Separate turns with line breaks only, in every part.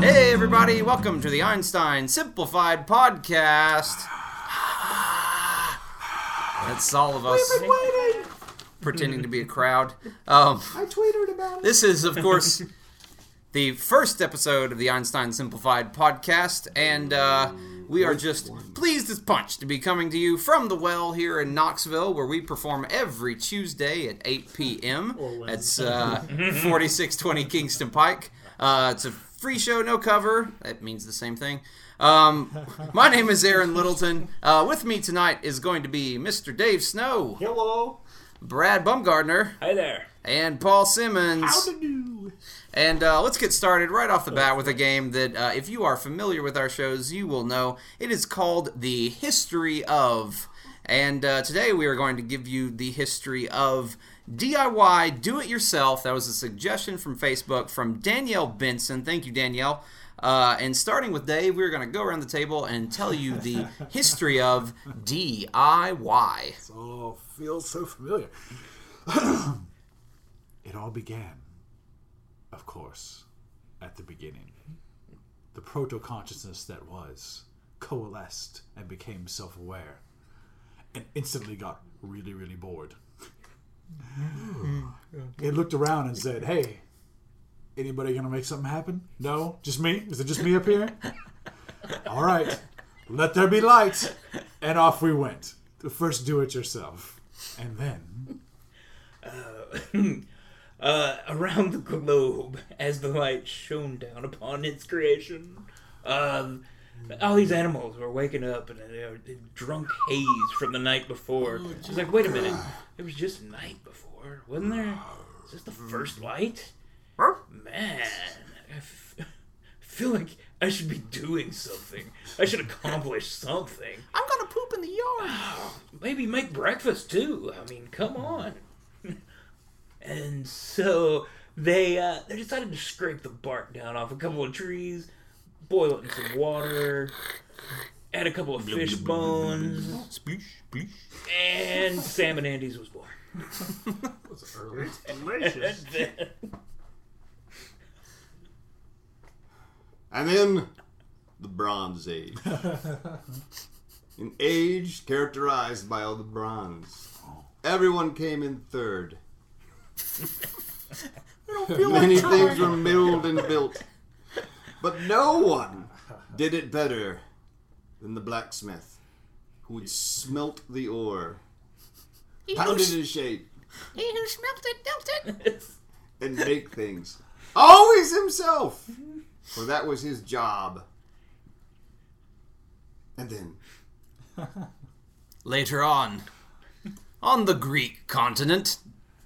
Hey, everybody, welcome to the Einstein Simplified Podcast. That's all of us
waiting.
pretending to be a crowd. Um,
I tweeted about it.
this is, of course, the first episode of the Einstein Simplified Podcast, and uh, we are just pleased as punch to be coming to you from the well here in Knoxville, where we perform every Tuesday at 8 p.m. That's uh, 4620 Kingston Pike. Uh, it's a free show, no cover. That means the same thing. Um, my name is Aaron Littleton. Uh, with me tonight is going to be Mr. Dave Snow,
Hello.
Brad Bumgardner,
Hi there.
and Paul Simmons.
do?
And uh, let's get started right off the bat with a game that, uh, if you are familiar with our shows, you will know. It is called The History of. And uh, today we are going to give you the history of DIY, do it yourself. That was a suggestion from Facebook from Danielle Benson. Thank you, Danielle. Uh, and starting with Dave, we're going to go around the table and tell you the history of DIY.
Oh, feels so familiar. it all began, of course, at the beginning. The proto consciousness that was coalesced and became self aware and instantly got really, really bored. Mm-hmm. it looked around and said, Hey, anybody gonna make something happen? No? Just me? Is it just me up here? all right, let there be light. And off we went. First, do it yourself. And then,
Uh, around the globe, as the light shone down upon its creation, um, all these animals were waking up in a, a drunk haze from the night before. It's like, wait a minute, it was just night before, wasn't there? Is this the first light? Man, I f- feel like I should be doing something. I should accomplish something.
I'm going to poop in the yard.
maybe make breakfast too. I mean, come on. and so they uh, they decided to scrape the bark down off a couple of trees, boil it in some water, add a couple of fish bones,
Sploosh, sploosh.
and Sam and Andy's was born.
was early?
Delicious. I'm in the Bronze Age. An age characterized by all the bronze. Everyone came in third. Many things were milled and built. But no one did it better than the blacksmith who would smelt the ore, pounded it into shape,
He who smelt it dealt it.
and make things. Always himself! For that was his job. And then,
later on on the Greek continent,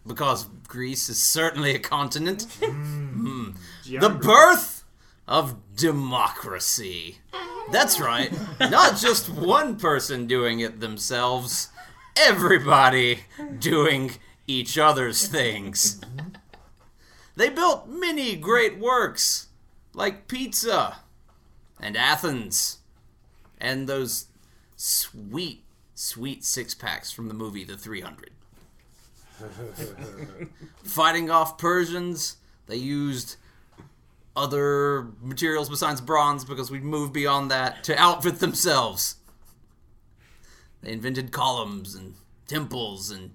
because Greece is certainly a continent, Mm. the birth of democracy. That's right, not just one person doing it themselves, everybody doing each other's things. They built many great works, like Pizza and Athens, and those sweet, sweet six packs from the movie The 300. Fighting off Persians, they used other materials besides bronze because we'd moved beyond that to outfit themselves. They invented columns and temples and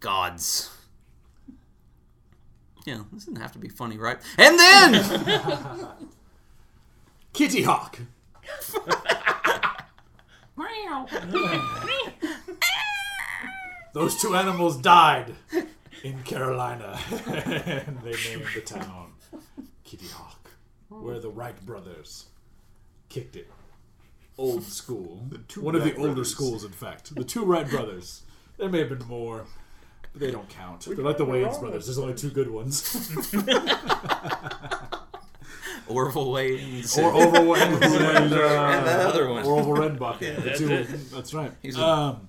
gods. Yeah, this doesn't have to be funny, right? And then
Kitty Hawk. Those two animals died in Carolina, and they named the town Kitty Hawk, where the Wright brothers kicked it. Old school.
two
One of the
Wright
older
brothers.
schools, in fact. The two Wright brothers. There may have been more, but they don't count. They're like the Wayans brothers. There's only two good ones.
Orville Wayans
or
and,
Orville Wayans and, uh,
and that other one.
Orville Redenbacher. that's,
that's it.
that's right.
He's a-
um,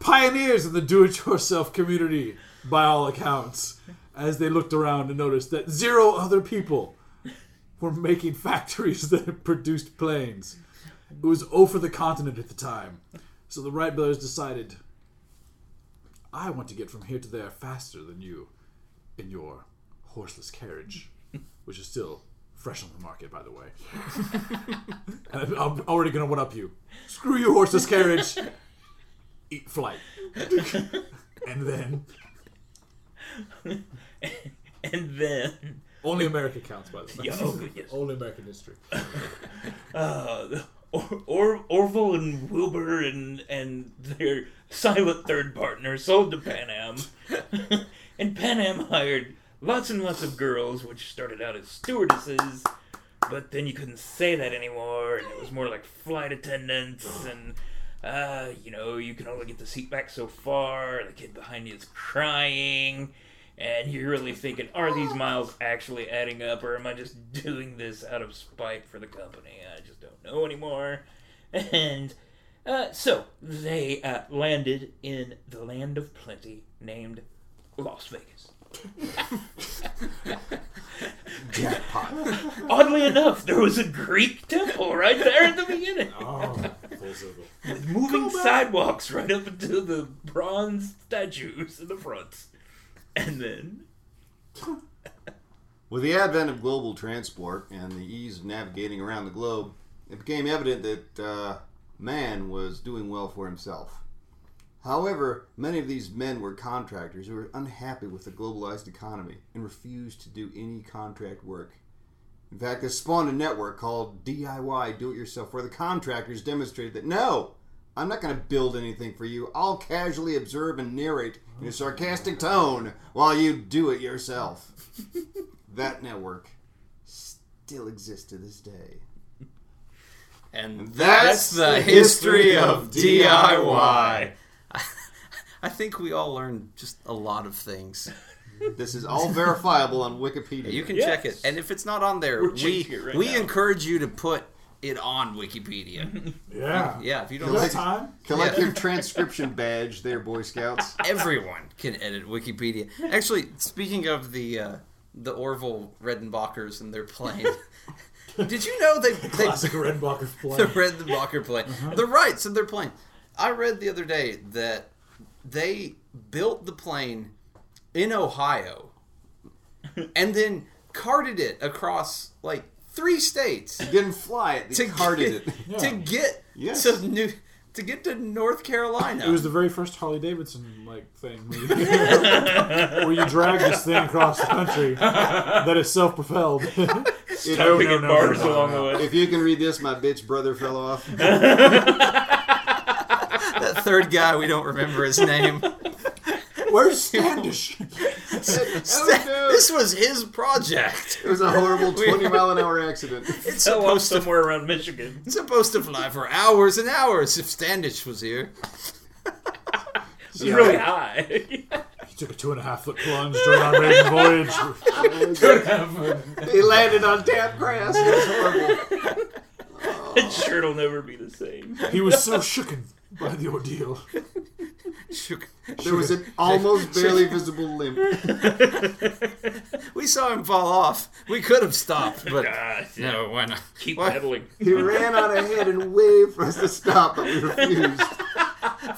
pioneers in the do-it-yourself community, by all accounts, as they looked around and noticed that zero other people were making factories that produced planes. It was over the continent at the time, so the Wright brothers decided, "I want to get from here to there faster than you, in your horseless carriage, which is still Fresh on the market, by the way. and I'm already gonna one up you. Screw you, horseless carriage. Eat flight. and then
And then,
only America counts, by the way.
Yeah, oh, good, yes.
Only American history.
uh, or, or Orville and Wilbur and and their silent third partner sold to Pan Am, and Pan Am hired lots and lots of girls, which started out as stewardesses, but then you couldn't say that anymore, and it was more like flight attendants and. Uh, you know, you can only get the seat back so far. The kid behind you is crying, and you're really thinking, are these miles actually adding up, or am I just doing this out of spite for the company? I just don't know anymore. And uh, so they uh, landed in the land of plenty named Las Vegas.
Jackpot.
Oddly enough, there was a Greek temple right there at the beginning.
Oh, full circle.
with moving sidewalks right up until the bronze statues in the front. And then,
With the advent of global transport and the ease of navigating around the globe, it became evident that uh, man was doing well for himself. However, many of these men were contractors who were unhappy with the globalized economy and refused to do any contract work. In fact, this spawned a network called DIY Do It Yourself, where the contractors demonstrated that no, I'm not going to build anything for you. I'll casually observe and narrate in a sarcastic tone while you do it yourself. That network still exists to this day.
And
That's the history of
Oh,
DIY.
I think we all learned just a lot of things.
This is all verifiable on Wikipedia.
You can
Yes.
check it, and if it's not on there,
We're
we
changing it right
we
now.
encourage you to put it on Wikipedia.
Yeah.
yeah, if you don't,
Is that
like,
time?
collect your transcription badge there, Boy Scouts.
everyone can edit Wikipedia. Actually, speaking of the uh, the Orville Redenbachers and their plane, did you know they they
Classic Redenbacher play.
the Red the Blocker plane.
Uh-huh.
The rights of their plane. I read the other day that they built the plane in Ohio and then carted it across like three states
Didn't fly it, they
to
carded
get,
it.
to get
Yes.
to new to get to North Carolina.
It was the very first Harley Davidson like thing where you, where you drag this thing across the country that is self propelled.
If,
no,
Picking bars
no, no,
along
no.
the way.
if you can read this, my bitch brother fell off.
that third guy we don't remember his name.
Oh, Where's Standish?
oh, no.
this was his project.
It was a horrible 20 mile an hour accident.
It's
fell off
supposed to
somewhere around Michigan.
it's supposed to fly for hours and hours if Standish was here.
It's really high.
He took a two and a half foot plunge during our maiden voyage.
He landed on damp grass. It was horrible.
It sure will never be the same.
He was so shooken by the ordeal.
Shook-
There was an almost barely visible limp.
We saw him fall off. We could have stopped, but
God,
no, why not?
Keep
Why-
pedaling.
He ran on ahead and waved for us to stop, but we refused.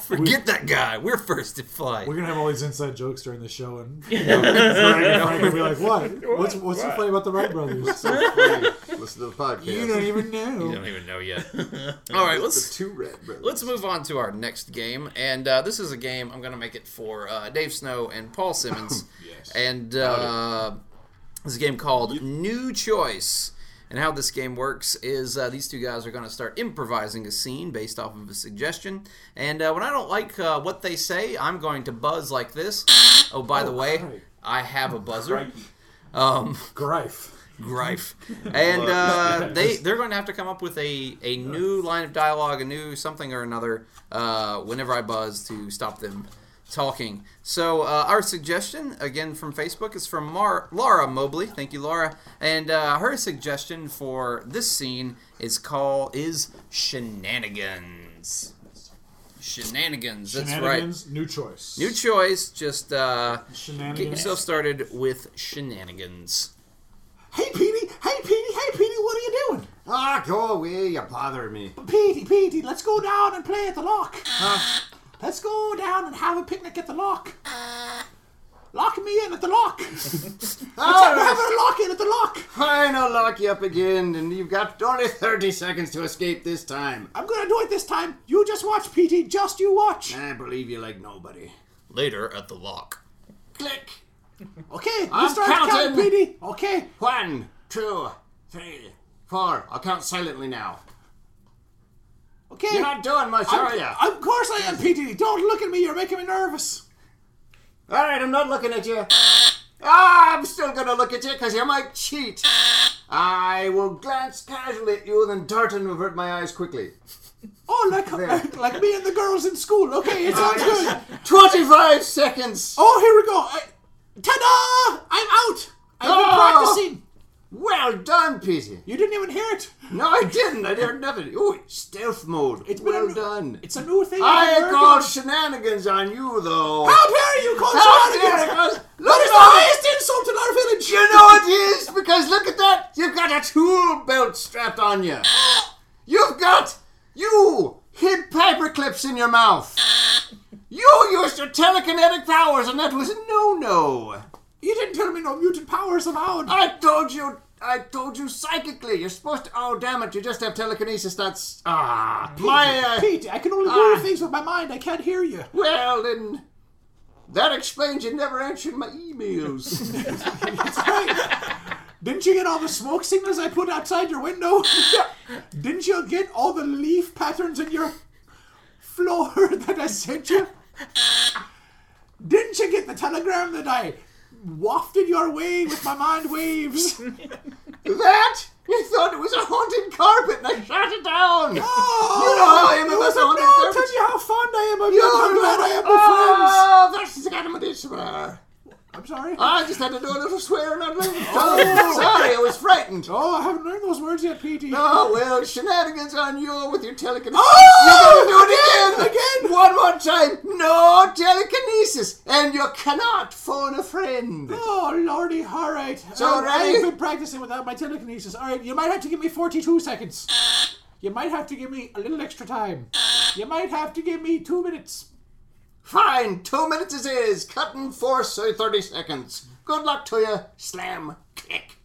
Forget that guy. We're first to fly.
We're gonna have all these inside jokes during the show, and Frank and Frank will be like, "What? What's what's so funny about the Wright brothers?
Listen to the podcast.
You don't even
We
know."
don't even know yet. All right,
the
let's
two red brothers.
let's move on to our next game, and uh, this is a game I'm going to make it for uh, Dave Snow and Paul Simmons,
Yes.
and uh, this is a game called New Choice. And how this game works is uh, these two guys are going to start improvising a scene based off of a suggestion. And uh, when I don't like uh, what they say, I'm going to buzz like this. Oh, by the way,
crikey.
I have a buzzer. Um,
Grife.
Grife, and uh, they they're going to have to come up with a, a new line of dialogue, a new something or another, uh, whenever I buzz to stop them talking. So uh, our suggestion again from Facebook is from Mar- Laura Mobley. Thank you, Laura. And uh, her suggestion for this scene is call is shenanigans. Shenanigans. That's right.
Shenanigans. New choice.
New choice. Just uh, get
Shenanigans.
yourself started with shenanigans.
Hey, Petey! Hey, Petey! Hey, Petey! What are you doing?
Ah, go away, you bother me.
Petey, Petey, let's go down and play at the lock. Let's go down and have a picnic at the lock. Lock me in at the lock. We're
Ah,
having a lock in at the lock.
Fine, I'll lock you up again, and you've got only 30 seconds to escape this time.
I'm gonna do it this time. You just watch, Petey. Just you watch.
I believe you like nobody.
Later at the lock.
Click!
Okay, you
I'm
start counting,
counting.
Petey. Okay.
One, two, three, four. I'll count silently now.
Okay.
You're not doing much,
I'm-
are ya?
Of course I am, Petey. Don't look at me. You're making me nervous.
All right, I'm not looking at you. Ah, I'm still gonna look at you because you might cheat. I will glance casually at you, then dart and avert my eyes quickly.
Oh, like like, like me and the girls in school. Okay, it sounds good.
Twenty-five seconds.
Oh, here we go. I, ta-da! I'm out. I've been
Oh!
practicing.
Well done, Petey.
You didn't even hear it.
No, I didn't. I did nothing. Ooh, it's stealth mode.
It's been
well
a-
done.
It's a new thing. I've
I
learned.
called shenanigans on you, though.
How dare you call
How
shenanigans?
dare it? 'Cause
That
Look
is
at
the highest insult in our village.
You know it is because look at that. You've got a tool belt strapped on you. You've got you hid paper clips in your mouth. You used your telekinetic powers, and that was no no.
You didn't tell me no mutant powers allowed.
I told you. I told you psychically. You're supposed to. Oh damn it! You just have telekinesis. That's ah. My uh,
Pete, I can only order
Ah.
things with my mind. I can't hear you.
well then. That explains you never answered my emails.
That's right. Didn't you get all the smoke signals I put outside your window? Didn't you get all the leaf patterns in your floor that I sent you? Didn't you get the telegram that I wafted your way with my mind waves?
that you thought it was a haunted carpet, and I shot it down.
Oh,
You know how I am
it
about
was
the
a-
haunted
no, I'll
carpet.
tell you how fond I am of you.
You
I'm glad I am with
Oh, that's the kind of medicine.
friends. I'm sorry.
I just had to do a little swearing on the oh, Sorry, I was frightened. Oh,
oh, I haven't learned those words yet, Petey.
well, shenanigans on you with your telekinesis.
Oh,
You're gonna do it again, again, one more time. No telekinesis, and you cannot phone a friend.
Oh lordy, all right. So
ready?
I've been practicing without my telekinesis. All right, you might have to give me 42 seconds. You might have to give me a little extra time. You might have to give me two minutes.
Fine, two minutes it is. Cut and force, so thirty seconds. Good luck to you. Slam, click.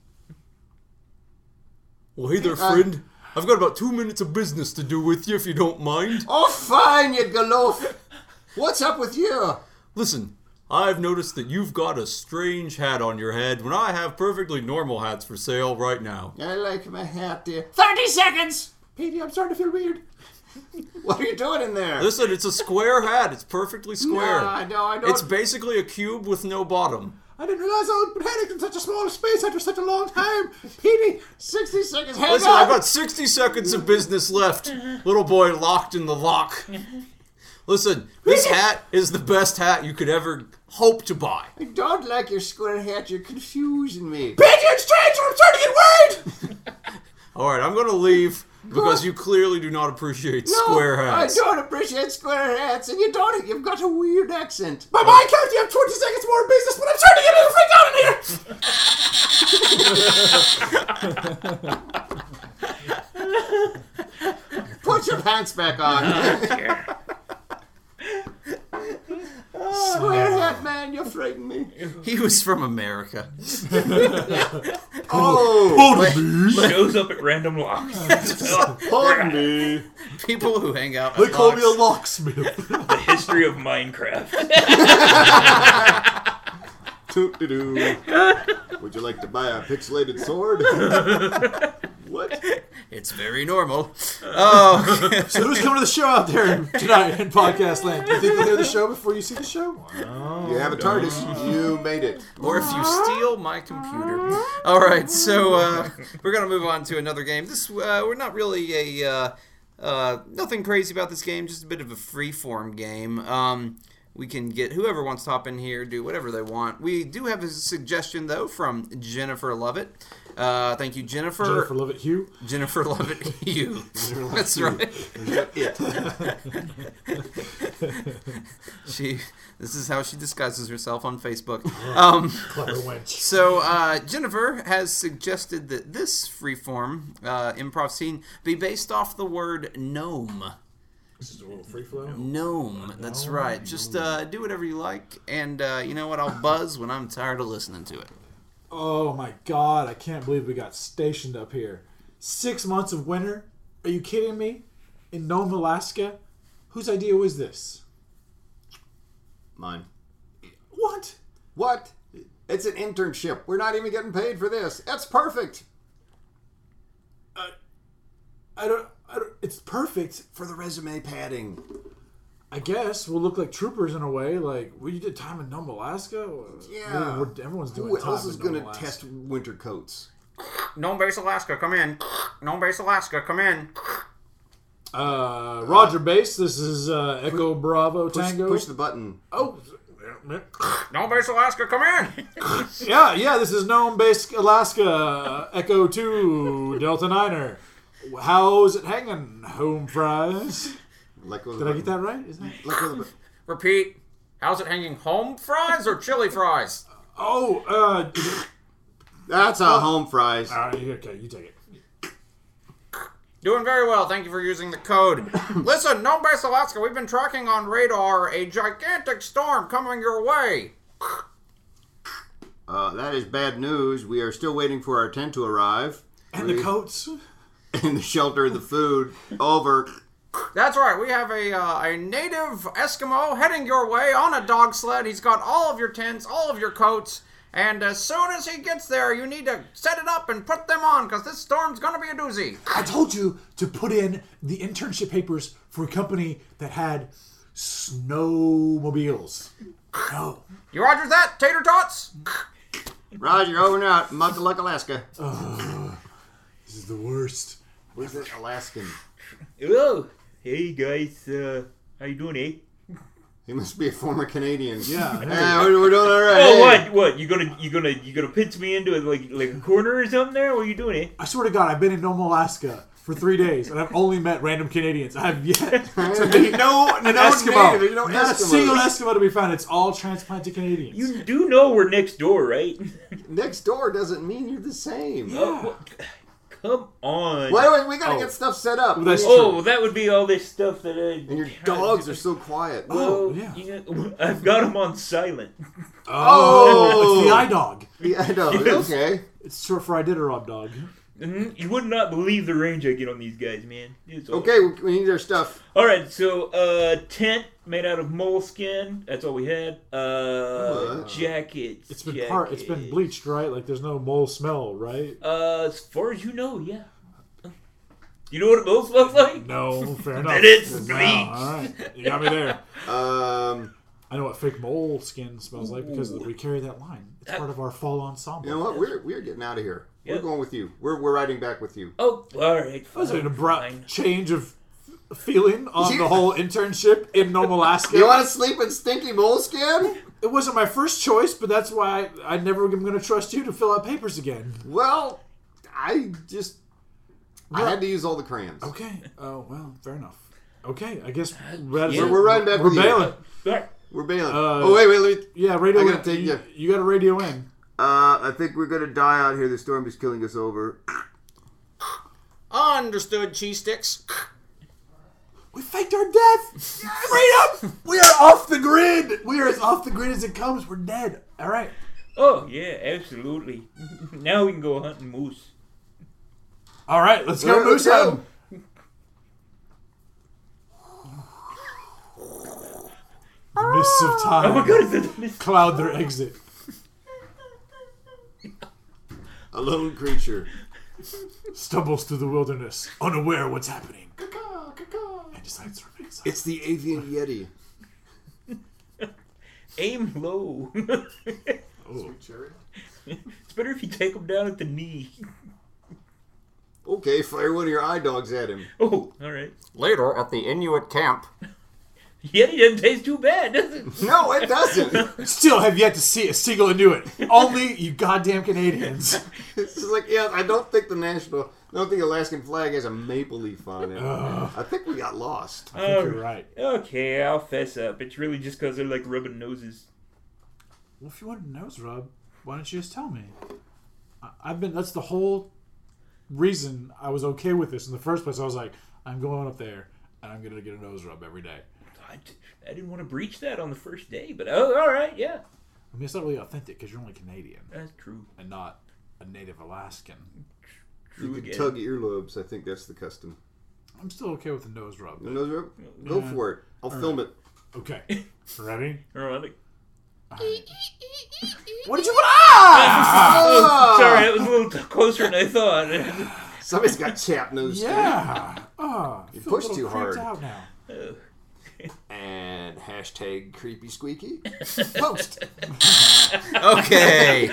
Well, hey
Uh,
there, friend. I've got about two minutes of business to do with you if you don't mind.
Oh, fine, you galof. What's up with you?
Listen, I've noticed that you've got a strange hat on your head when I have perfectly normal hats for sale right now.
I like my hat, dear. Thirty seconds.
Petey, I'm starting to feel weird.
What are you doing in there?
Listen, it's a square hat. It's perfectly square.
No, I don't- I don't-
It's basically a cube with no bottom.
I didn't realize I would panic in such a small space after such a long time. Petey,
60 seconds. Hang
Listen,
on.
I've got 60 seconds of business left. Little boy locked in the lock. Listen, this hat is the best hat you could ever hope to buy.
I don't like your square hat. You're confusing me.
Petey, it's strange. I'm starting to get worried.
All right, I'm going to leave because you clearly do not appreciate square hats.
I don't appreciate square hats, and you don't. You've got a weird accent.
By my count, you have 20 seconds more of business, but I'm starting to get a little freaked out in here.
Put your pants back on. square hat man, you frighten me.
He was from America.
Oh,
Shows up at random locks.
pardon me.
People who hang out.
They
at
call me a
locks-
locksmith.
the history of Minecraft.
Toot-de-doo. Would you like to buy a pixelated sword? what?
It's very normal. Oh,
So who's coming to the show out there tonight in podcast land? Do you think they'll hear the show before you see the show?
You have a TARDIS. You made it.
or if you steal my computer. All right, so uh, we're gonna move on to another game. This uh, we're not really a uh, uh, nothing crazy about this game, just a bit of a free form game. Um, we can get whoever wants to hop in here, do whatever they want. We do have a suggestion though from Jennifer Lovett. Uh, thank you, Jennifer.
Jennifer Lovett Hugh.
Jennifer Lovett Hugh. That's right. she. This is how she disguises herself on Facebook. Um,
Clever wench.
so uh, Jennifer has suggested that this freeform uh, improv scene be based off the word gnome.
This is a little free flow.
Gnome. That's right. Just uh, do whatever you like, and uh, you know what? I'll buzz when I'm tired of listening to it.
Oh my god, I can't believe we got stationed up here. Six months of winter? Are you kidding me? In Nome, Alaska? Whose idea was this?
Mine.
What?
What? It's an internship. We're not even getting paid for this. That's perfect.
I don't. I don't it's perfect.
For the resume padding.
I guess we'll look like troopers in a way. Like we did time in Nome, Alaska.
Yeah.
We're- everyone's doing
Who
time
else is
in Nome,
going to
Alaska.
test winter coats?
Gnome Base Alaska, come in. Gnome Base Alaska, come in.
Uh, Roger Base. This is uh, Echo Bravo
Push,
Tango.
push the button.
oh.
Gnome Base Alaska, come in.
Yeah, yeah, this is Nome Base, Alaska, Echo 2, Delta Niner. How's it hanging, home fries?
Let go of the
Did I
button.
get that right? Is that...
Let go of the button.
Repeat. How's it hanging? Home fries or chili fries?
Oh, uh, is it-
That's
Oh.
how home fries.
all right, okay, you take it.
Doing very well. Thank you for using the code. Listen, Gnome Base Alaska, we've been tracking on radar a gigantic storm coming your way.
Uh, that is bad news. We are still waiting for our tent to arrive.
And the coats.
and the shelter, the food. Over.
That's right. We have a uh, a native Eskimo heading your way on a dog sled. He's got all of your tents, all of your coats, and as soon as he gets there, you need to set it up and put them on because this storm's gonna be a doozy.
I told you to put in the internship papers for a company that had snowmobiles. No.
You Roger that, tater tots?
Roger, over and out. Muckaluck, Alaska.
This is the worst.
Where's it Alaskan?
Oh, hey guys, uh, how you doing, eh?
He must be a former Canadian.
Yeah, hey.
Yeah, we're, we're doing all right.
Oh,
Hey.
what? What? You gonna you gonna you gonna pitch me into like like a corner or something there? What are you doing, eh?
I swear to God, I've been in Nome, Alaska for three days, and I've only met random Canadians. I've yet to meet
No, no,
an Eskimo.
native, no
Not a
Eskimos.
single Eskimo to be found. It's all transplanted Canadians.
You do know we're next door, right?
Next door doesn't mean you're the same.
Oh, what? Come on.
Wait, wait, we gotta
Oh.
get stuff set up.
Well, that's
And
Oh, well, that would be all this stuff that I.
your dogs are so quiet.
Well,
Oh, yeah.
you know, I've got them on silent.
oh, it's the eye dog.
Yeah, I know. Okay.
It's short for Iditarod dog.
Mhm. You would not believe the range I get on these guys, man. It's all-
Okay, we, we need our stuff.
All right, so uh, tent made out of moleskin. That's all we had. Uh,
What?
jackets.
It's been part. It's been
jackets.
bleached, right? Like there's no mole smell, right?
Uh, as far as you know, yeah. You know what a mole smells like?
No, fair enough.
Then it's
Wow,
bleached.
all right, you got me there.
Um,
I know what fake mole skin smells like because we carry that line. It's part of our fall ensemble.
you know what? We're we're getting out of here.
Yeah.
We're going with you. We're we're riding back with you.
Oh, all right.
That was
fine,
an abrupt
fine.
change of feeling on the whole internship in Nome, Alaska.
You want to sleep in stinky moleskin?
It wasn't my first choice, but that's why I, I never am going to trust you to fill out papers again.
Well, I just I
Well-
had to use all the crayons.
Okay. Oh well, fair enough. Okay, I guess we're,
Ah, Yeah.
We're riding back
We're
with
bailing.
All right.
We're bailing.
Uh,
oh wait, wait, let me.
Yeah, radio.
I gotta
in.
take
you,
you.
you got to radio in.
Uh, I think we're gonna die out here. The storm is killing us over.
Understood, cheese sticks.
We faked our death. Straight up, we are off the grid. We are as off the grid as it comes. We're dead. All right.
Oh yeah, absolutely. now we can go hunting moose.
All right. Let's go,
Alright,
Moose
let's go.
Hunting. Mists of time
Oh my god, it's a
cloud their exit.
A lone creature.
Stumbles through the wilderness, unaware what's happening, Ah, and decides to remain silent.
It's the avian yeti.
aim low. it's better if you take them down at the knee.
Okay, fire one of your eye dogs at him.
Oh, all right.
Later at the Inuit camp.
Yeti doesn't taste too bad, does it?
No, it doesn't.
Still have yet to see a single Inuit. Only you goddamn Canadians.
It's just like, yeah, I don't think the national, I don't think the Alaskan flag has a maple leaf on it. I think we got lost.
I Oh, think
Um,
you're right.
Okay, I'll fess up. It's really just 'cause they're like rubbing noses.
Well, if you wanted to nose rub, why don't you just tell me? I, I've been. That's the whole reason I was okay with this in the first place. I was like, I'm going up there. and I'm gonna get a nose rub every day.
I, d- I didn't want to breach that on the first day, but oh, all right, yeah,
I mean, it's not really authentic because you're only Canadian
that's true.
and not a native Alaskan.
True
you can
again.
tug earlobes. I think that's the custom.
I'm still okay with the nose rub.
You know, Zero? Go
Yeah.
for it. I'll film it.
Okay, ready?
Oh, I think-
What did you want? Ah!
Oh, sorry, it was a little t- closer than I thought.
Somebody's got chap nose. too.
Yeah. Oh, you
pushed too hard.
Out now.
Oh,
And hashtag creepy squeaky. Post.
Okay.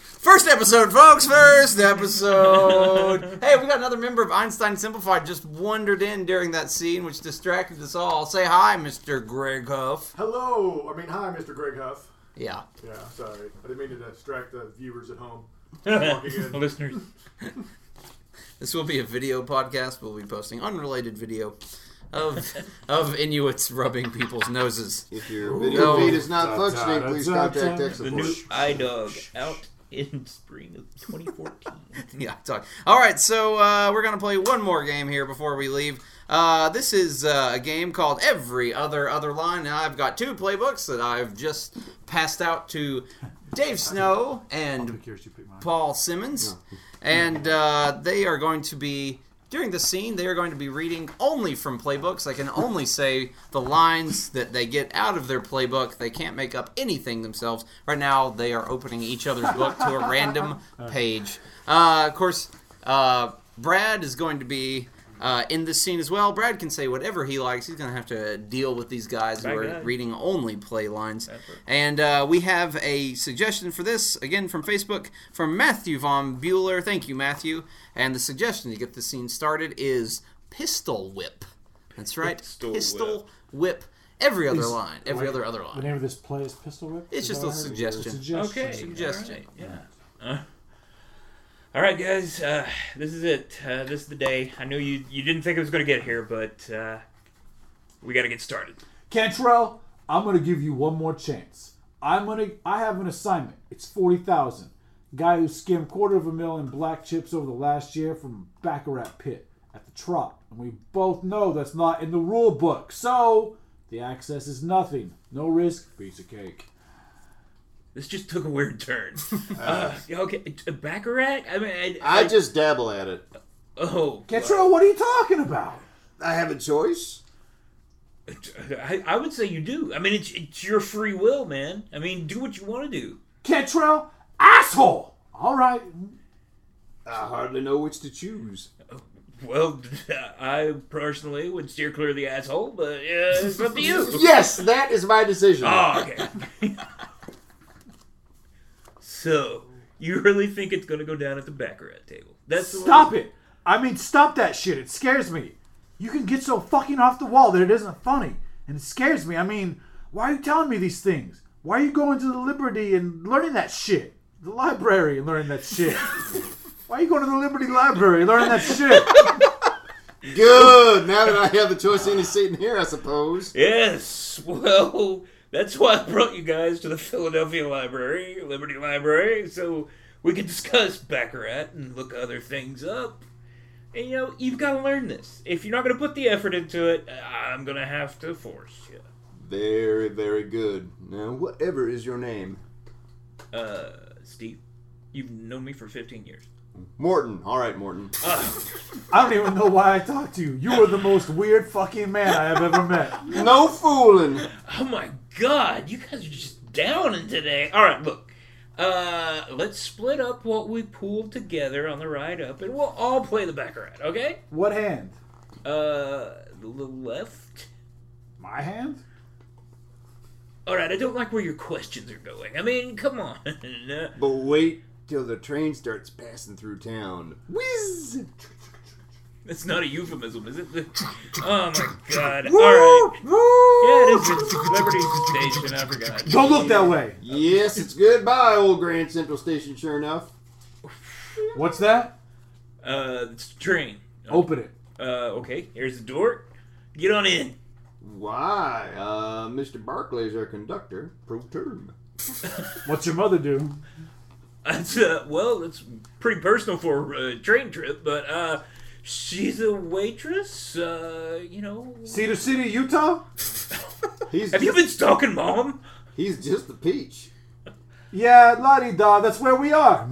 First episode, folks. First episode. Hey, we got another member of Einstein Simplified just wandered in during that scene, which distracted us all. Say hi, Mr. Greg Huff.
Hello, I mean hi, Mr. Greg Huff.
Yeah.
Yeah, sorry, I didn't mean to distract the viewers at home. in.
Uh, Listeners,
This will be a video podcast. We'll be posting unrelated video of of Inuits rubbing people's noses.
If your video
No.
feed is not
Da,
functioning,
da,
please
da,
contact
da.
tech
the
support.
new iDog out in spring of 2014.
Yeah, talk. All right, so uh, we're gonna play one more game here before we leave. Uh, this is uh, a game called Every Other Other Line. Now I've got two playbooks that I've just passed out to Dave Snow
I'm
and
curious you pick mine.
Paul Simmons, and uh, they are going to be during the scene. They are going to be reading only from playbooks. I can only say the lines that they get out of their playbook. They can't make up anything themselves. Right now, they are opening each other's book to a random page. Uh, of course, uh, Brad is going to be. Uh, in this scene as well, Brad can say whatever he likes. He's going to have to deal with these guys who
Bad
are
guy.
reading only play lines.
Effort.
And uh, we have a suggestion for this, again from Facebook, from Matthew Von Bueller. Thank you, Matthew. And the suggestion to get the scene started is pistol whip. That's right,
Pistol
pistol, whip. Every other line, every
like-
other other
The
line.
name of this play is Pistol Whip. Is
It's just
that
a
what I heard?
suggestion.
suggestion.
Okay.
Suggestion.
all right, yeah. Uh, all right, guys. Uh, this is it. Uh, this is the day. I knew you. You didn't think I was going to get here, but uh, we got to get started.
Cantrell, I'm gonna give you one more chance. I'm gonna. I have an assignment. It's forty thousand. Guy who skimmed quarter of a mil in black chips over the last year from Baccarat pit at the Trop, and we both know that's not in the rule book. So the access is nothing. No risk. Piece of cake.
This just took a weird turn. uh, okay, uh, Baccarat. I mean, I,
I just dabble at it.
oh,
Cantrell, what are you talking about?
I have a choice.
uh, I, I would say you do. I mean, it's it's your free will, man. I mean, do what you want to do.
Cantrell, asshole. All right.
I hardly know which to choose.
Well, I personally would steer clear of the asshole, but uh, it's up to you.
Yes, that is my decision.
Oh, okay. so, you really think it's going to go down at the Baccarat table? That's the one-
Stop it. I mean, stop that shit. It scares me. You can get so fucking off the wall that it isn't funny, and it scares me. I mean, why are you telling me these things? Why are you going to the Liberty and learning that shit? The library and learning that shit. why are you going to the Liberty Library and learning that shit?
Good. Now that I have a choice, any seat in here, I suppose.
Yes. Well, that's why I brought you guys to the Philadelphia Library, Liberty Library, so we could discuss Baccarat and look other things up. And you know, you've got to learn this. If you're not going to put the effort into it, uh, I'm going to have to force you.
Very, very good. Now, whatever is your name?
Uh, Steve, you've known me for 15 years.
Morton. All right, Morton.
Uh,
I don't even know why I talked to you. You are the most weird fucking man I have ever met.
no fooling.
Oh my god, you guys are just down in today. All right, look. Uh, let's split up what we pooled together on the ride up, and we'll all play the baccarat, okay?
What hand?
Uh, the left.
My hand?
All right, I don't like where your questions are going. I mean, come on.
But wait till the train starts passing through town. Whiz!
That's not a euphemism, is it? Oh my god. All right. Yeah, it is just Liberty Station. I forgot.
Don't look that way.
Yes, it's goodbye, old Grand Central Station, sure enough.
What's that?
Uh, it's the train.
Open it.
Uh, okay. Here's the door. Get on in.
Why? Uh, Mr. Barclay's our conductor, pro term.
What's your mother do?
That's uh, well, that's pretty personal for a train trip, but uh, she's a waitress. Uh, you know.
Cedar City, Utah?
He's
Have you
just,
been stalking mom?
he's just the peach.
Yeah, la di da, that's where we are.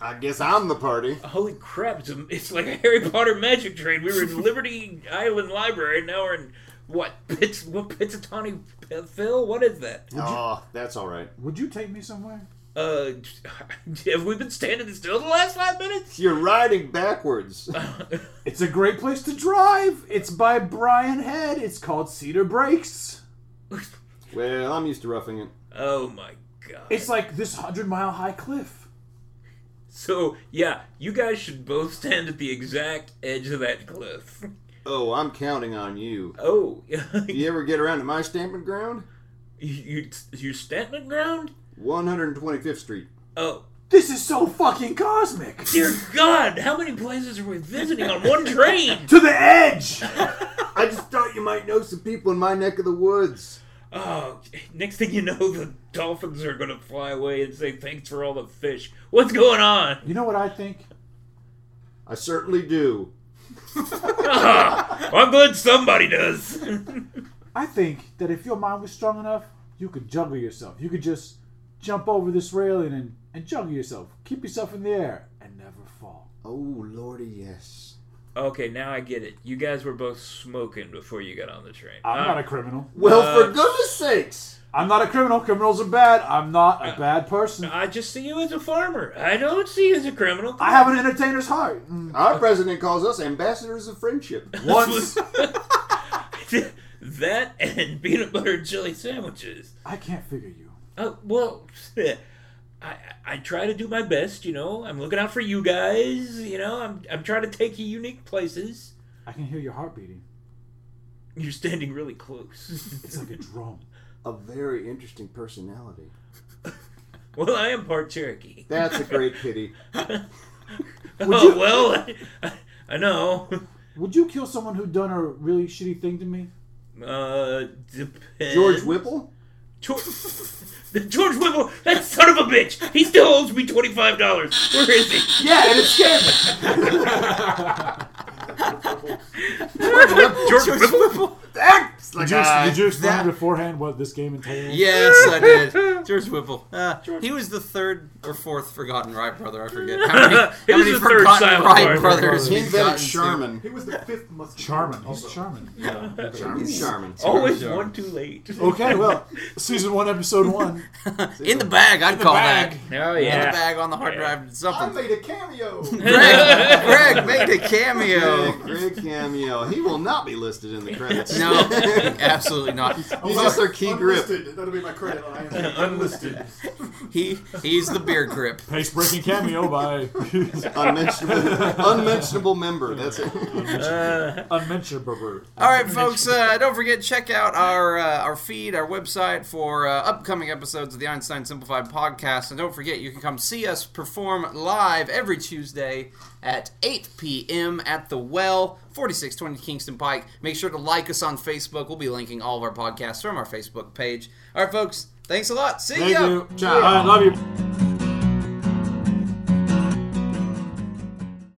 I guess I'm the party.
Holy crap! It's, a, it's like a Harry Potter magic train. We were in Liberty Island Library, and now we're in what? Pitts, what Pizzatani Phil? What is that?
Oh, that's all right.
Would you take me somewhere?
Uh, have we been standing still the last five minutes?
You're riding backwards.
It's a great place to drive. It's by Brian Head. It's called Cedar Breaks.
well, I'm used to roughing it.
Oh my god!
It's like this hundred mile high cliff.
So yeah, you guys should both stand at the exact edge of that cliff.
Oh, I'm counting on you.
Oh,
You ever get around to my stamping ground?
you you standing the ground?
125th Street.
Oh,
This is so fucking cosmic.
dear God! How many places are we visiting on one train?
To the edge.
I just thought you might know some people in my neck of the woods.
Oh, next thing you know, the dolphins are gonna fly away and say thanks for all the fish. What's going on?
You know what I think?
I certainly do.
I'm glad somebody does.
I think that if your mind was strong enough, you could juggle yourself. You could just jump over this railing and, and juggle yourself. Keep yourself in the air and never fall.
Oh, lordy, yes.
okay, now I get it. You guys were both smoking before you got on the train.
I'm
Ah,
not a criminal.
Well,
Uh,
for goodness sakes!
I'm not a criminal. Criminals are bad. I'm not a bad person.
I just see you as a farmer. I don't see you as a criminal.
I have an entertainer's heart. Mm.
Our president calls us ambassadors of friendship.
Once
that and peanut butter and jelly sandwiches.
I can't figure you.
Oh well, I I try to do my best. You know, I'm looking out for you guys. You know, I'm I'm trying to take you unique places.
I can hear your heart beating.
You're standing really close.
It's like a drum.
A very interesting personality.
well, I am part Cherokee.
That's a great pity.
oh well, I, I know.
Would you kill someone who done a really shitty thing to me?
Uh, depends.
George Whipple?
George, George Whipple, that son of a bitch. He still owes me twenty five dollars. Where is he?
Yeah, and it's scandalous.
George Whipple.
That's like I-
Did you explain
that-
beforehand what this game entails?
Yes, I did. George Whipple. Uh, he was the third or fourth forgotten Wright brother. I forget how many, how
He was
many
the third
forgotten
silent
Wright
brother.
brothers
He
we've gotten
invented
to.
Charmin.
He was the fifth Musketeer.
Charmin. He's
also.
Charmin.
He's Charmin.
Always one too late.
Okay, well, season one, episode one.
In the bag, I'd call that.
Oh
In the bag on the hard drive,
I
something.
made a cameo.
Greg, Greg made a
Yeah,
cameo.
Greg Cameo. He will not be listed in the credits.
No, absolutely not.
He's just our key grip.
Unlisted. That'll be my credit on IMDb.
Unlisted.
He he's the beer grip.
Pace breaking cameo by
Unmentionable, unmentionable member. That's it.
Unmentionable.
All right, folks. Uh, don't forget check out our uh, our feed, our website for uh, upcoming episodes of the Einstein Simplified podcast, and don't forget you can come see us perform live every Tuesday at 8 p.m. at the Well, 4620 Kingston Pike. Make sure to like us on Facebook. We'll be linking all of our podcasts from our Facebook page. All right, folks. Thanks a lot. See
Thank
ya.
you.
I love you.